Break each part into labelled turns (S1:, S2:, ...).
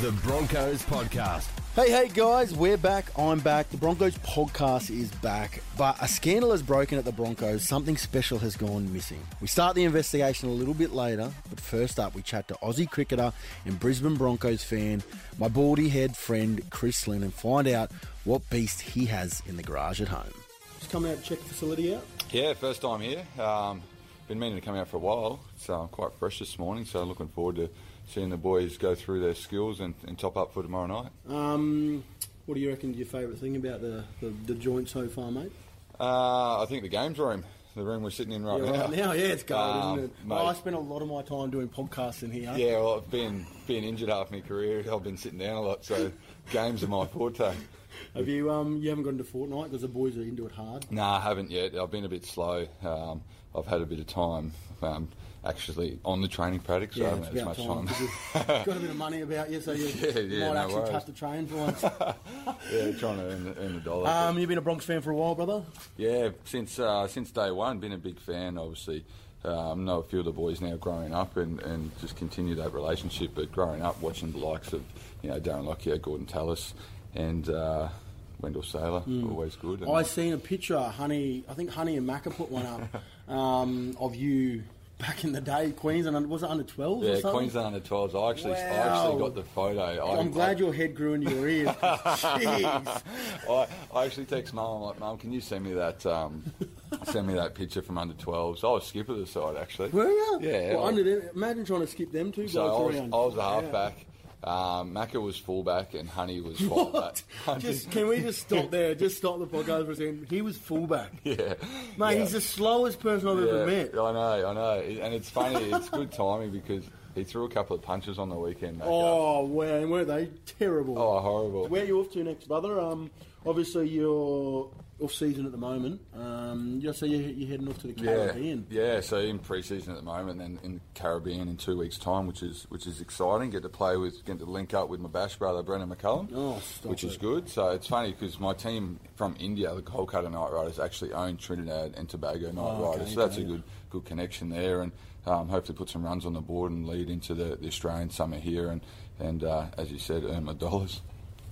S1: The Broncos Podcast.
S2: Hey, hey guys, we're back. I'm back. The Broncos podcast is back, but a scandal has broken at the Broncos. Something special has gone missing. We start the investigation a little bit later, but first up, we chat to Aussie cricketer and Brisbane Broncos fan, my baldy head friend Chris Lynn, and find out what beast he has in the garage at home. Just come out and check the facility out.
S3: Yeah, first time here. Um, been meaning to come out for a while, so I'm quite fresh this morning. So looking forward to seeing the boys go through their skills and, and top up for tomorrow night.
S2: Um, what do you reckon your favourite thing about the, the, the joint so far, mate?
S3: Uh, I think the games room, the room we're sitting in right
S2: Yeah,
S3: now.
S2: right now, yeah, it's gold,
S3: Um,
S2: isn't it?
S3: mate.
S2: Well, I spent a lot of my time doing podcasts in here.
S3: Yeah, well, I've been being injured half my career. I've been sitting down a lot, so games are my forte.
S2: Have you? Um, you haven't gone to Fortnite because the boys are into it hard.
S3: Nah, I haven't yet. I've been a bit slow. Um, I've had a bit of time um, actually on the training paddock, so I haven't had as much time.
S2: 'cause you've got a bit of money about you, so you
S3: Yeah, yeah,
S2: might
S3: no
S2: actually
S3: worries.
S2: have to train for once.
S3: yeah, trying to earn, the- earn the dollar.
S2: um, you've been a Bronx fan for a while, brother.
S3: Yeah, since uh, since day one, been a big fan. Obviously, um, know a few of the boys now growing up, and, and just continue that relationship. But growing up, watching the likes of you know Darren Lockyer, Gordon Tallis, and uh, Wendell Saylor, always good. And,
S2: Hmm. I seen a picture, Honey. I think Honey and Macca put one up um, of you back in the day, Queensland. under- Was it under twelve? or
S3: yeah,
S2: something?
S3: Queensland under twelves. I actually I actually
S2: Wow.
S3: got the photo. I,
S2: I'm glad your head grew into your ears. 'cause Jeez.
S3: I, I actually text mum. I'm like, mum, can you send me that um, send me that picture from under twelves? I was skipper of the side actually.
S2: Were you?
S3: Yeah.
S2: Well,
S3: I-
S2: under them, imagine trying to skip them two
S3: So I
S2: blokes
S3: was, I
S2: around.
S3: was a
S2: Yeah.
S3: halfback. Um, Macca was fullback and Honey was fullback.
S2: What? Just can we just stop there? Just stop the podcast for a second. He was fullback, mate.
S3: yeah,
S2: He's the slowest person I've
S3: yeah.
S2: ever met.
S3: I know, I know, It- and it's funny. it's good timing because he threw a couple of punches on the weekend. Macca.
S2: Oh, wow, and weren't they terrible?
S3: Oh, horrible.
S2: Where are you off to next, brother? Um, obviously you're off season at the moment. Um, yeah, so you're, you're heading off to the
S3: yeah,
S2: Caribbean.
S3: yeah. So in pre-season at the moment, then in the Caribbean in two weeks' time, which is which is exciting. Get to play with, get to link up with my bash brother Brendan McCullum,
S2: Oh, stop
S3: which is
S2: it.
S3: good. So it's funny because my team from India, the Kolkata Knight Riders, actually own Trinidad and Tobago Knight
S2: Oh, okay,
S3: Riders. so that's
S2: okay.
S3: a good good connection there, and um, hopefully put some runs on the board and lead into the, the Australian summer here, and and uh, as you said, earn my dollars.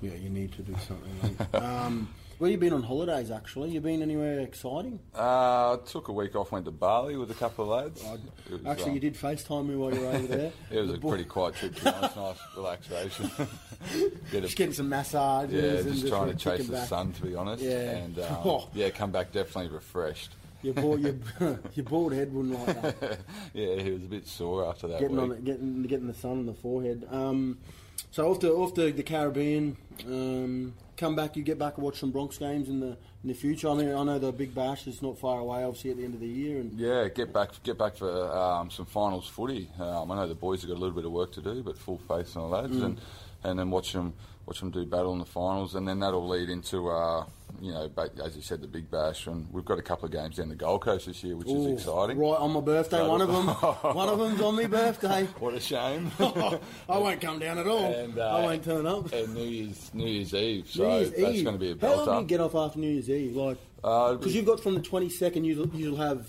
S2: Yeah, you need to do something. mate. um, where you been on holidays? Actually, you been anywhere exciting?
S3: Uh, took a week off, went to Bali with a couple of lads. It was,
S2: Oh, Actually,
S3: um,
S2: you did FaceTime me while you were over there.
S3: It was
S2: The
S3: a
S2: boy-
S3: pretty quiet trip. To be honest. nice relaxation. Bit of-
S2: Just getting some massages.
S3: yeah,
S2: and
S3: just, trying to
S2: like kicking
S3: chase the
S2: back.
S3: sun, to be honest.
S2: Yeah.
S3: and um,
S2: Oh.
S3: yeah, come back definitely refreshed.
S2: Your bald, your, your bald head wouldn't like that.
S3: yeah, he was a bit sore after that
S2: getting
S3: week.
S2: on it, getting getting the sun on the forehead. Um, so off to off to the Caribbean. Um, come back, you get back and watch some Bronx games in the in the future. I mean, I know the big bash is not far away, obviously at the end of the year. And
S3: Yeah, get back, get back for um, some finals footy. Um, I know the boys have got a little bit of work to do, but full faith on the lads,
S2: Mm.
S3: and and then watch them watch them do battle in the finals, and then that'll lead into uh, you know, ba- as you said, the big bash, and we've got a couple of games down the Gold Coast this year, which
S2: Ooh,
S3: is exciting.
S2: Right on my birthday,
S3: Right
S2: one of them.
S3: on-
S2: one of them's on my birthday.
S3: What a shame.
S2: I won't come down at all.
S3: And, uh,
S2: I won't turn up.
S3: and New Year's New Year's Eve, so that's going to be a
S2: How long do you
S3: belter.
S2: get off after New Year's Eve? Like,
S3: Uh, it'll be-
S2: because you've got from the twenty second, you'll you'll have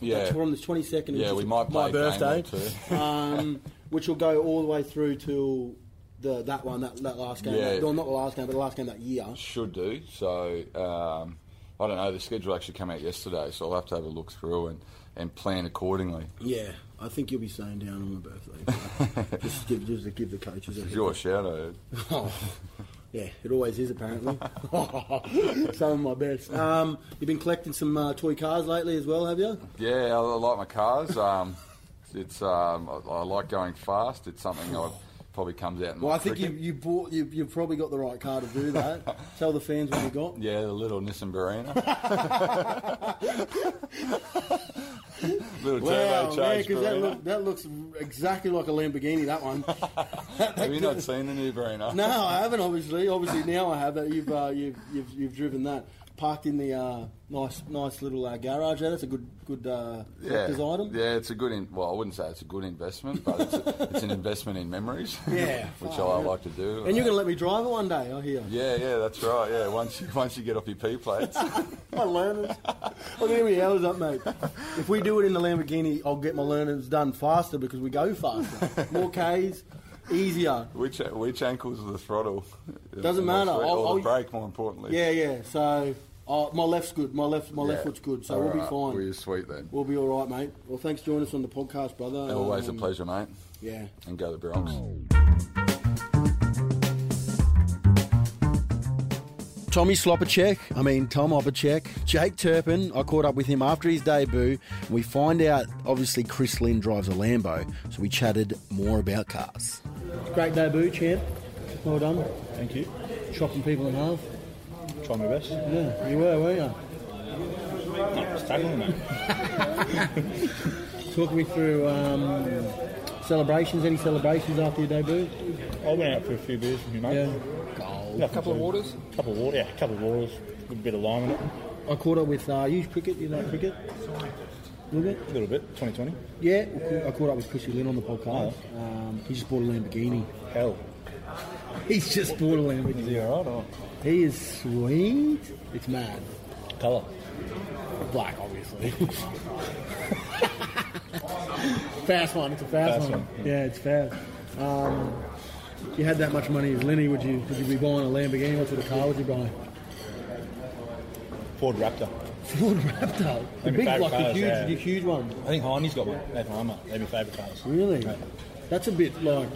S3: yeah,
S2: That's from Uh, the 22nd. which
S3: yeah,
S2: is
S3: we might
S2: my
S3: play a game
S2: birthday,
S3: or two.
S2: um, which will go all the way through till the that one, that, that last game.
S3: Yeah.
S2: Well, not the last game, but the last game that year.
S3: should do. So um, I don't know. The schedule actually came out yesterday, so I'll have to have a look through and, and plan accordingly.
S2: Yeah, I think you'll be staying down on my birthday. but just give, just give the coaches. A
S3: It's your shout out.
S2: Oh, yeah, it always is apparently. some of my best. Um, you've been collecting some uh, toy cars lately as well, have you?
S3: Yeah, I, I like my cars. Um, it's um, I, I like going fast. It's something I probably comes out. In
S2: Well,
S3: my
S2: I think you,
S3: cricket.
S2: you bought. You, you've probably got the right car to do that. Tell the fans what you got.
S3: Yeah, the little Nissan Barina. little
S2: Wow, yeah,
S3: turbocharged
S2: because that,
S3: Barina.
S2: look, that looks exactly like a Lamborghini. That one.
S3: Have you not seen the new Barina?
S2: no, I haven't. Obviously, obviously now I have. That you've uh, you've, you've you've driven that parked in the uh, nice nice little uh, garage. There, that's a good good uh, collector's item.
S3: Yeah, it's a good. In, well, I wouldn't say it's a good investment, but it's, a, it's an investment in memories.
S2: Yeah,
S3: which I,
S2: far out.
S3: like to do.
S2: And you're going to let me drive it one day, I hear.
S3: Yeah, yeah, that's right. Yeah, once you once you get off your P plates.
S2: My learners. Look at me, hours up, mate. If we do it in the Lamborghini, I'll get my learners done faster because we go faster. More Ks,
S4: Easier.
S3: Which which ankles of the throttle?
S4: Doesn't
S3: Or the
S4: matter.
S3: fre-
S4: I'll-
S3: Or
S4: I'll-
S3: the brake, more importantly.
S4: Yeah, yeah. So oh, my left's good. My left, my left
S3: Yeah.
S4: foot's good. So
S3: All
S4: we'll be
S3: right,
S4: fine.
S3: Well, you're sweet then.
S4: We'll be all right, mate. Well, thanks for joining us on the podcast, brother.
S3: Always a
S4: Um,
S3: pleasure, mate.
S4: Yeah.
S3: And go the Bronx.
S4: Tommy Slopacek, I mean Tom Opacek, Jake Turpin. I caught up with him after his debut. And we find out, obviously, Chris Lynn drives a Lambo, so we chatted more about cars.
S2: Great debut, champ. Well done.
S5: Thank you.
S2: Chopping people in half.
S5: Try my best.
S2: Yeah, you were, weren't you?
S5: Just tackling that.
S2: Talk me through um, celebrations. Any celebrations after your debut?
S5: I went out for a few beers with my mate.
S2: Goal.
S5: Yeah. A couple of waters? couple of water, yeah, a couple of waters. Good bit of lime in it.
S2: I caught up with uh, you. Cricket, you like cricket? A little bit.
S5: A little bit. 2020.
S2: Yeah, I caught- I caught up with Chrissy Lynn on the podcast. Um, he just bought a Lamborghini.
S5: Hell.
S2: He's just bought a Lamborghini.
S5: Is he alright or
S2: He is sweet. It's mad.
S5: Colour.
S2: Black, obviously. fast one. It's a fast,
S5: Fast
S2: one.
S5: one,
S2: Yeah. it's fast. Um, if you had that much money as Lenny, would you would you be buying a Lamborghini? What sort of car would you buy?
S5: Ford Raptor.
S2: Ford Raptor. The
S5: Maybe
S2: big,
S5: favourite
S2: like the
S5: colours,
S2: huge,
S5: yeah.
S2: the huge one.
S5: I think Heine's got one. Nathan Armour. They're my favourite cars.
S2: Really?
S5: Yeah.
S2: That's a bit like.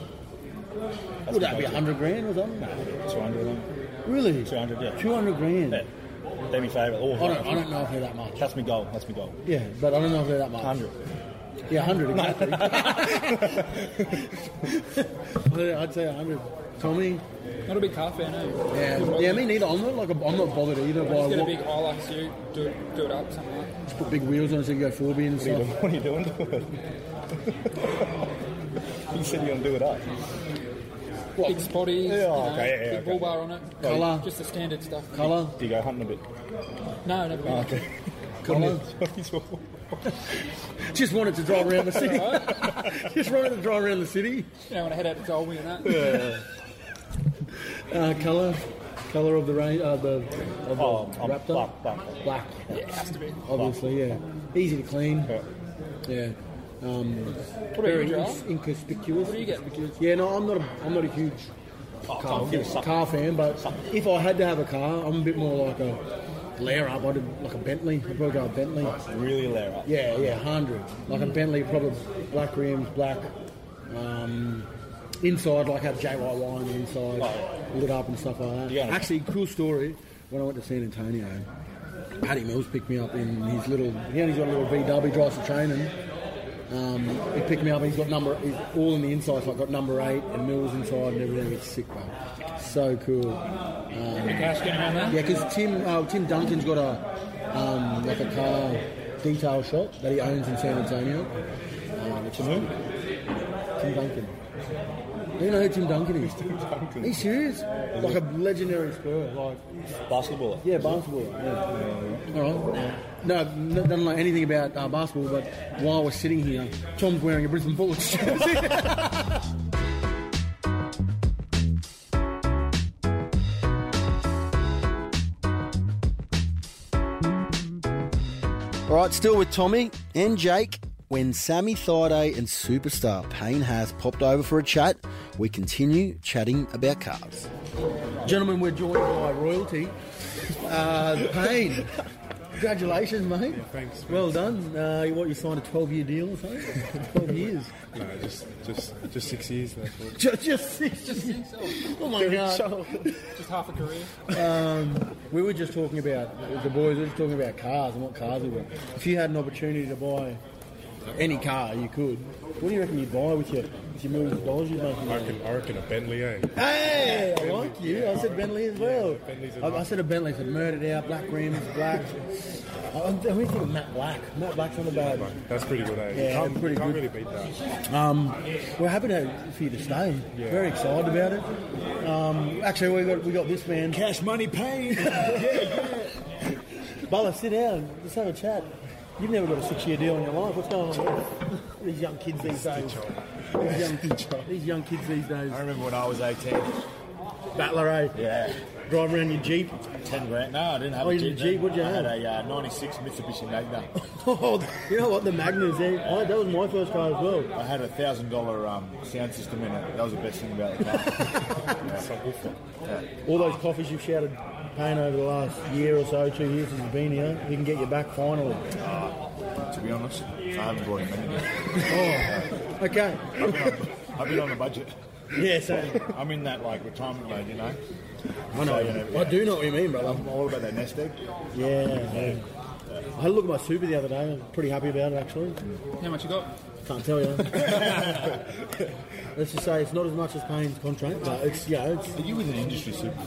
S5: That's
S2: Would
S5: the
S2: that be
S5: go-to.
S2: hundred grand or something?
S5: No, 200 of them.
S2: Really?
S5: 200, yeah.
S2: Two hundred grand.
S5: Yeah. They're my favourite. All
S2: I don't. I don't know if they're that much.
S5: That's my goal. That's my goal.
S2: Yeah, but I don't know if they're that much.
S5: 100.
S2: Yeah, 100, exactly. Yeah, I'd say 100. Tommy?
S6: Not a big car fan, eh?
S2: Yeah, yeah me neither. I'm not, like, I'm not bothered either. By
S6: Just get a
S2: what,
S6: big Hilux suit, do it, do it up, something like that.
S2: just put big wheels on it so you can go 4B and
S5: What are you
S2: stuff.
S5: doing? What are you doing to it? you said you're going to do it up.
S6: Big spotties,
S5: Yeah,
S6: you know,
S5: okay, yeah, yeah,
S6: big bull
S5: okay.
S6: bar on it.
S2: Colour?
S6: Just the standard stuff.
S2: Colour? Oh,
S5: Do you go hunting a bit?
S6: No, never mind.
S5: Okay.
S2: Colour? Just wanted to drive around the city. just wanted to drive around the city.
S6: You know, when I head out to Dolby and that.
S2: Uh, colour? Colour of the rain, uh, the, of the
S5: Oh, I'm
S2: Raptor?
S5: black, black.
S2: Black,
S6: It has to be.
S2: obviously, yeah. Easy to clean.
S5: Yeah.
S2: Yeah. Um,
S6: about
S2: very
S6: you, Joel?
S2: ins- inconspicuous.
S6: What do you get?
S2: Inconspicuous. Yeah, no, I'm not. A, I'm not a huge
S5: Oh,
S2: car,
S5: I'll give it something.
S2: car fan, but if I had to have a car, I'm a bit more like a layer up. I'd like a Bentley. I'd probably go a Bentley.
S5: Really layer up.
S2: Yeah, yeah, hundred. Like a Bentley, probably black rims, black. Um, inside, like have JY wine inside, lit up and stuff like that.
S5: Yeah.
S2: Actually, cool story. When I went to San Antonio, Paddy Mills picked me up in his little. He only got a little VW. He drives the training. Um, he picked me up. He's got number. He's all in the inside. So I've got number eight and Mills inside and everything. It's sick, bro. So cool.
S6: Big cash getting around that.
S2: Yeah, because Tim uh, Tim Duncan's got a um, like a car detail shop that he owns in San Antonio. Um, it's
S5: To who?
S2: Tim Duncan. Do you know who Tim Duncan is?
S5: Duncan.
S2: He's serious, like a legendary spur. Like
S5: Basketballer.
S2: yeah, basketball. Yeah. All right. No, n- don't know anything about uh, basketball, but while we're sitting here, Tom's wearing a Brisbane Bullets jersey.
S4: All right, still with Tommy and Jake. When Sammy Thaiday and superstar Payne Haas popped over for a chat, we continue chatting about cars.
S2: Gentlemen, we're joined by royalty. Uh, Payne, congratulations, mate.
S7: thanks,
S2: Well done. Uh, you- what, you signed a 12 year deal or something? 12 years.
S7: No, just just just six years. That's all.
S2: Just, just six. Just, oh my God.
S6: Just half a career.
S2: We were just talking about, the boys were just talking about cars and what cars we were. If you had an opportunity to buy any car you could, what do you reckon you'd buy with your, with your millions of dollars you'd make?
S7: I
S2: in your-
S7: reckon, I reckon a Bentley, eh?
S2: Hey, I like you. I said Bentley as well.
S7: Bentley's a
S2: I, I
S7: nice-
S2: said a Bentley for murdered out, black rims, black. I, I'm I'm thinking of Matt Black. Matt Black's on the bag.
S7: Like, that's pretty good, eh? You
S2: Yeah,
S7: can't,
S2: pretty
S7: can't
S2: good.
S7: really beat that.
S2: Um, we're happy to, for you to stay.
S7: Yeah.
S2: Very excited about it. Um, actually, we got we got this man.
S7: Cash money pain.
S2: Bala, sit down. Let's have a chat. You've never got a six-year deal in your life. What's going on? here? These young kids these days. These young, these young kids these days.
S8: I remember when I was 18,
S2: Battler, eh?
S5: Yeah.
S2: Drive around your Jeep.
S5: Ten grand. No, I didn't have
S2: Oh,
S5: a
S2: you didn't
S5: Jeep.
S2: Jeep, what'd you
S5: I had
S2: have?
S5: a uh, 96 Mitsubishi Magna.
S2: Oh, you know what? The Magnus, eh? Oh, that was my first car as well.
S5: I had a thousand dollar um, sound system in it. That was the best thing about the car.
S2: All those coffees you've shouted pain over the last year or so, two years since you've been here, you can get you back finally.
S5: to be honest, I haven't bought a many.
S2: Oh, okay.
S5: I've been on- I've been on a budget.
S2: Yeah, so
S5: I'm in that like retirement mode, you know.
S2: I know.
S5: you know,
S2: I do know what you mean, brother.
S5: I'm all about that nest egg.
S2: Yeah. yeah. I had a look at my super the other day. I'm pretty happy about it, actually.
S6: How much you got?
S2: Can't tell you. Let's just say it's not as much as Payne's contract, but it's yeah. It's,
S5: Are you with an industry super?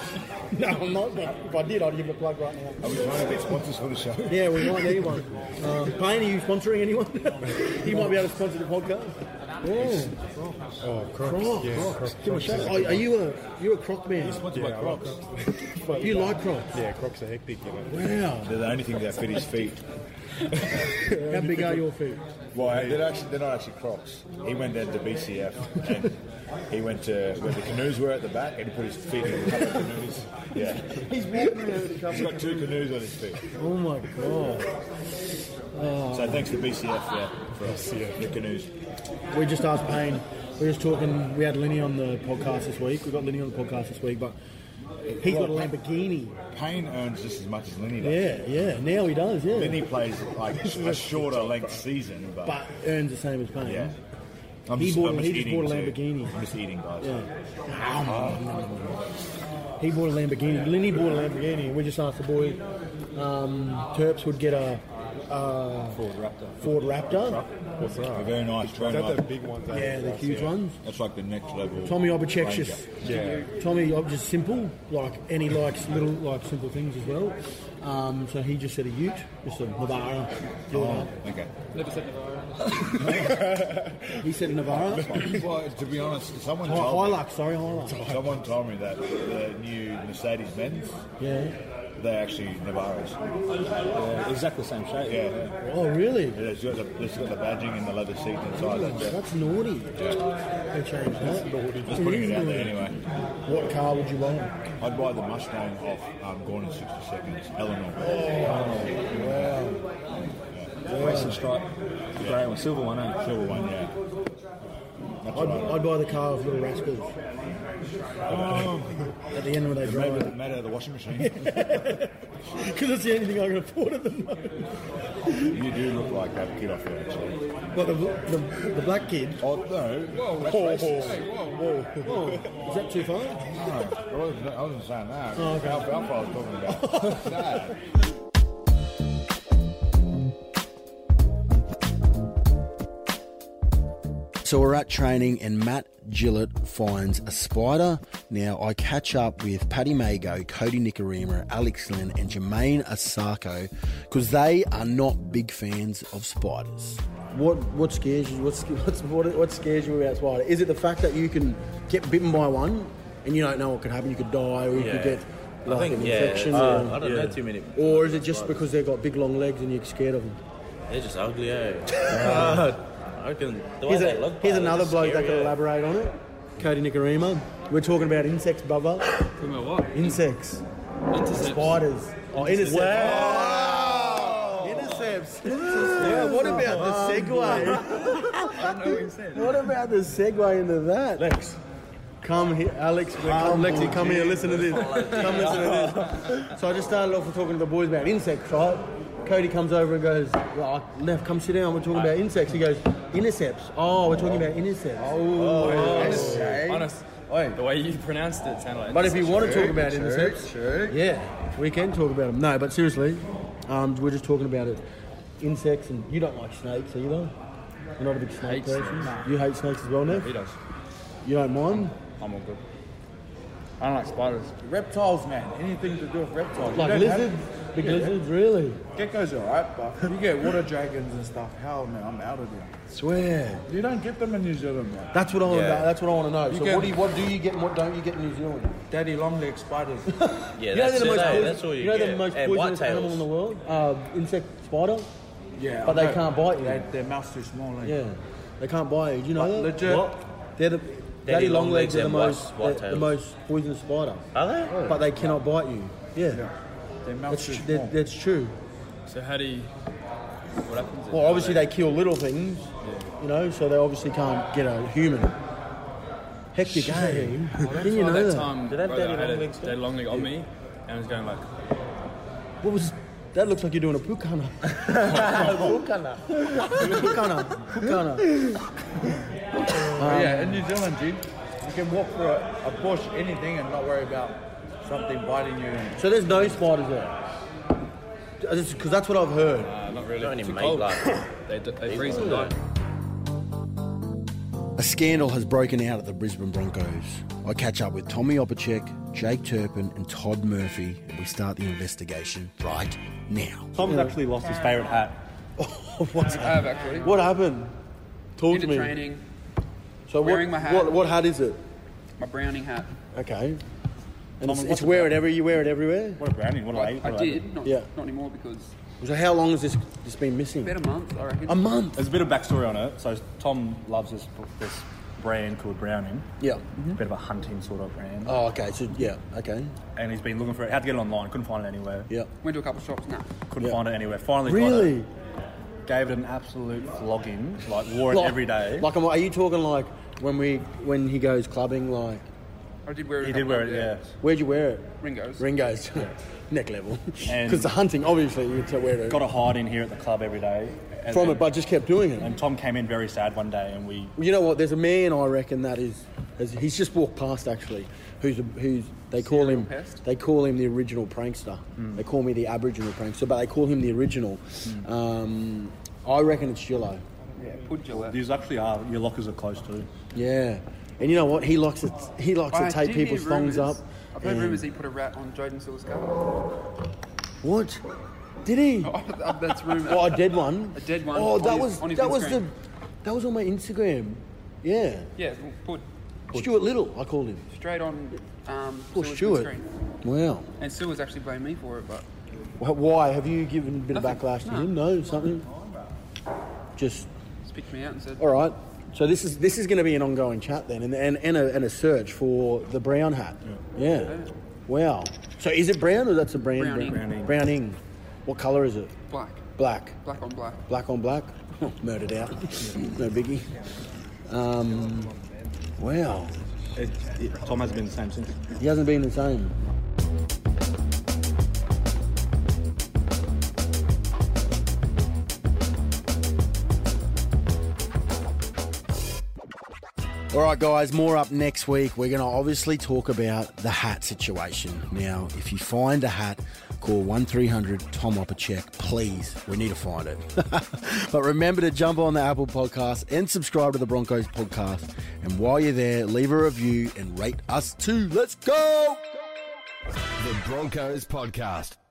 S2: no, I'm not. But if I did, I'd give it a plug right now.
S5: Are we trying to get sponsors for the show?
S2: Yeah, we might need one. Um, Payne, are you sponsoring anyone? you might be able to sponsor the podcast. Oh,
S7: Oh, Crocs.
S2: Crocs.
S7: yeah,
S2: Crocs.
S7: Crocs.
S2: Give 'em a shout. Are, are you a you're a croc man?
S7: Yeah, I like Crocs.
S2: You like Crocs?
S7: Yeah, Crocs are hectic, you know.
S2: Wow.
S5: They're the only thing that fit his feet.
S2: How big are your feet?
S5: Why? They're actually they're not actually Crocs. He went down to BCF and he went to where the canoes were at the back and he put his feet in a couple of canoes. Yeah,
S2: He's walking over the
S5: he's got two canoes on his feet.
S2: Oh my god.
S5: So thanks to BCF yeah, for us, the canoes.
S2: We just asked Payne. We are just talking. We had Lenny on the podcast this week. We got Lenny on the podcast this week, but he's got a Lamborghini.
S5: Payne earns just as much as Lenny does.
S2: Yeah, yeah. Now he does. Yeah,
S5: Lenny plays like a shorter length season, but,
S2: but earns the same as Payne.
S5: yeah. I'm
S2: He bought-
S5: I'm
S2: he just
S5: eating
S2: bought a
S5: too.
S2: Lamborghini.
S5: I'm just eating, guys.
S2: Yeah. Oh, no, no, no. He bought a Lamborghini. Lenny bought a Lamborghini. We just asked the boy. Um, Terps would get a, a
S5: Ford Raptor.
S2: Ford Raptor.
S7: What's that?
S5: Very nice,
S7: Is
S5: very
S7: that the
S5: nice.
S7: big ones? eh?
S2: Yeah, the huge ones.
S5: That's like the next level.
S2: Tommy Obachek's
S5: Ranger.
S2: just
S7: Yeah.
S2: Tommy Ob- just simple, like and he likes little like simple things as well. Um, so he just said a Ute, just a Navara.
S5: Oh, okay.
S6: Never said never.
S2: He said a Navara.
S5: well, to be honest, someone
S2: Hi-
S5: told me,
S2: Hilux, sorry, Hilux.
S5: someone told me that the new Mercedes Benz,
S2: Yeah.
S5: they're actually Navaras.
S8: Exactly the same shape.
S5: Yeah, yeah.
S2: Oh, really?
S5: It's got, the, it's got the badging and the leather seat inside.
S2: Oh,
S5: That's, it.
S2: that's naughty. They changed that.
S5: Just putting
S2: is
S5: it out there
S2: naughty.
S5: anyway.
S2: What car would you want?
S5: I'd buy the Mustang off um, Gone in 60 Seconds, Eleanor.
S8: Oh, Western stripe. The grey one, silver one, eh?
S5: Silver one, yeah. That's
S2: I'd,
S5: what I
S2: I'd buy the car of Little Rascals. Um, At the end when they
S5: Maybe
S2: drive,
S5: the matter of the washing machine.
S2: because it's the only thing I can afford at the moment.
S5: you do look like that kid off there, actually.
S2: What the, the, the black kid?
S5: Oh, no. Whoa, that's racist.
S2: Is that too far?
S5: No, I wasn't, I wasn't saying that.
S2: Oh, okay.
S5: Alfalfa I was talking about. No.
S4: So we're at training, and Matt Gillett finds a spider. Now I catch up with Paddy Mago, Cody Nicarima, Alex Lynn, and Jermaine Asako because they are not big fans of spiders.
S2: What what scares you? What's, what's what what scares you about spider? Is it the fact that you can get bitten by one and you don't know what could happen? You could die, or you could
S9: Yeah.
S2: get like
S9: think,
S2: an
S9: yeah,
S2: infection.
S9: uh,
S2: or,
S9: I don't know too many.
S2: Or is it just because they've got big long legs and you're scared of them?
S9: They're just ugly, eh? Uh, I can. The way
S2: Here's,
S9: they
S2: a-
S9: look,
S2: here's
S9: bro, they're
S2: another
S9: just
S2: bloke that could
S9: scary, eh?
S2: elaborate on it. Cody Nicarima. We're talking about insects, Bubba.
S6: Talking about what?
S2: Insects,
S6: Intercept.
S2: spiders. Oh, intercepts. Wow. Intercepts. yeah, what about the segue? what about the segue into that?
S5: Lex.
S2: Come here, Alex. Lexi, come here. Listen to this. Come listen to this. So I just started off with talking to the boys about insects, right? Cody comes over and goes, "Right, "Left, come sit down. We're talking about insects." He goes, "Intercepts." Oh, we're talking about intercepts. Oh, okay.
S8: Honest. The way you pronounced it sounded like.
S2: But if you want to talk about intercepts, yeah, we can talk about them. No, but seriously, um, we're just talking about it. Insects, and you don't like snakes either. You're not a big snake
S8: Hate snakes.
S2: person. You hate snakes as well, Nev?
S8: He does.
S2: You don't mind?
S8: I'm all good. I don't like spiders.
S5: Reptiles, man. Anything to do with reptiles.
S2: Like lizards? Big lizards, really?
S5: Geckos are alright, but you get water dragons and stuff. Hell, man, I'm out of there.
S2: Swear.
S5: You don't get them in New Zealand, man.
S2: That's what I want.
S9: Yeah.
S2: That's what I want to know. so
S5: can-
S2: what do you, what do you get and what don't you get in New Zealand?
S5: Daddy long leg spiders.
S9: Yeah,
S2: you know
S9: that's,
S2: they're the
S9: it,
S2: most
S9: eh?
S2: poison-
S9: that's all you,
S2: know
S9: get.
S2: they're the most
S9: and
S2: poisonous
S9: white
S2: animal in the world. Uh, insect, spider.
S5: yeah,
S2: But they can't bite you.
S5: their mouth's too small. eh?
S2: Yeah, they can't bite you. Do you know
S5: Like,
S2: that?
S5: legit.
S2: They're the
S4: Daddy, long legs are the
S9: and white-
S4: most the,
S9: white
S4: the
S9: tails.
S4: most poisonous spider,
S9: Are
S6: Oh,
S9: they?
S4: but they cannot bite you. Yeah,
S5: Their
S4: That's,
S5: mouths are
S4: tr- that,
S5: small.
S4: that's true.
S6: So how do you? What happens?
S4: Well, obviously they kill little things, you know, so they obviously can't get a human. Hectic game. Didn't you
S6: you
S4: know
S6: that
S4: that?
S6: time,
S9: Do they have
S6: bro, I
S9: daddy
S6: had
S9: long
S6: a-
S9: legs too?
S6: daddy long leg on me, and I was going like,
S4: What was? That looks like you're doing a pukana. pukana. pukana. Pukana.
S9: um,
S5: yeah, in New Zealand, dude, you can walk through a, a bush, anything, and not worry about something biting you.
S4: So there's no spiders there. Because that's what I've heard.
S6: uh, not really.
S9: Not any
S6: too
S9: mate
S6: cold.
S9: like
S6: they, d- they freeze and die.
S4: A scandal has broken out at the Brisbane Broncos. I catch up with Tommy Opacek, Jake Turpin, and Todd Murphy, and we start the investigation right now.
S8: Tom's actually lost his favourite hat.
S4: What's
S10: I have actually.
S4: What happened? Talk
S10: Into
S4: to me.
S10: training,
S4: so
S10: wearing my hat.
S4: What, what hat is it?
S10: my Browning hat.
S4: Okay. And it's,
S8: what's
S4: it's
S8: it
S4: wear it every you wear it everywhere.
S8: What a brownie. What a
S10: I,
S8: lady.
S10: I
S8: what a lady.
S10: did, not,
S4: Yeah.
S10: not anymore because
S4: So how long has this this been missing?
S10: about a month, I reckon.
S4: A month.
S8: There's a bit of backstory on it. So Tom loves this this brand called Browning.
S4: Yeah.
S8: It's a bit of a hunting sort of brand.
S4: Oh, okay. So yeah, okay.
S8: And he's been looking for it. Had to get it online. Couldn't find it anywhere.
S4: Yeah.
S10: Went to a couple of shops. Nah,
S8: Couldn't
S4: Yeah.
S8: find it anywhere. Finally got
S4: Really?
S8: it. Gave it an absolute flogging. Like wore it
S4: Like-
S8: every day.
S4: Like, am I- are you talking like when we when he goes clubbing? Like,
S10: I did wear it. a
S8: he did
S10: couple
S8: wear
S10: of-
S8: it. Yeah.
S4: where'd you wear it?
S10: Ringo's.
S4: Ringo's neck level.
S8: And-
S4: Because the hunting, obviously, you to wear it
S8: Got a hide in here at the club every day. And-
S4: from it, but I just kept doing it.
S8: And Tom came in very sad one day, and we
S4: You know what? There's a man I reckon that is. is- He's just walked past actually. Who's a, who's they call him?
S10: pest? Hmm.
S4: They call him the original prankster. They call me the Aboriginal prankster, but they call him the original. Um, I reckon it's Gillo.
S10: yeah, put your left.
S8: these actually are your lockers are close to.
S4: Yeah, and you know what? He likes to he likes
S10: I
S4: to take
S10: did hear
S4: people's thongs up.
S10: rumours- I've heard
S4: and-
S10: rumours he put a rat on Jaden Sewell's car.
S4: What? Did he?
S10: That's rumour.
S4: Oh, a dead one.
S10: A dead one
S4: Oh,
S10: on
S4: that
S10: his-
S4: was
S10: on his
S4: that was the
S10: Instagram.
S4: that was on my Instagram. Yeah,
S10: Yeah, well, put
S4: Stuart Little, I called him.
S10: straight on. Um,
S4: Poor
S10: Sewell's
S4: Stuart.
S10: windscreen.
S4: Wow.
S10: And Sewell's actually blamed me for it, but
S4: Wh- Why have you given a bit of
S10: Nothing.
S4: backlash to
S10: No.
S4: him? No, something. Just
S10: he's picked me out and said,
S4: all right. So this is this is going to be an ongoing chat then, and and and a, and a search for the brown hat. Yeah. Wow. So is it brown or that's a brand?
S10: Browning.
S4: Browning. Browning. What color is it?
S10: black,
S4: Black.
S10: black on black.
S4: Black on black. Murdered out. no biggie. Um. Wow.
S8: It, it, Tom hasn't been the same since.
S4: He hasn't been the same. All right, guys, more up next week. We're going to obviously talk about the hat situation. Now, if you find a hat, call 1300 Tom Opacek. Please, we need to find it. but remember to jump on the Apple podcast and subscribe to the Broncos podcast. And while you're there, leave a review and rate us too. Let's go!
S1: The Broncos Podcast.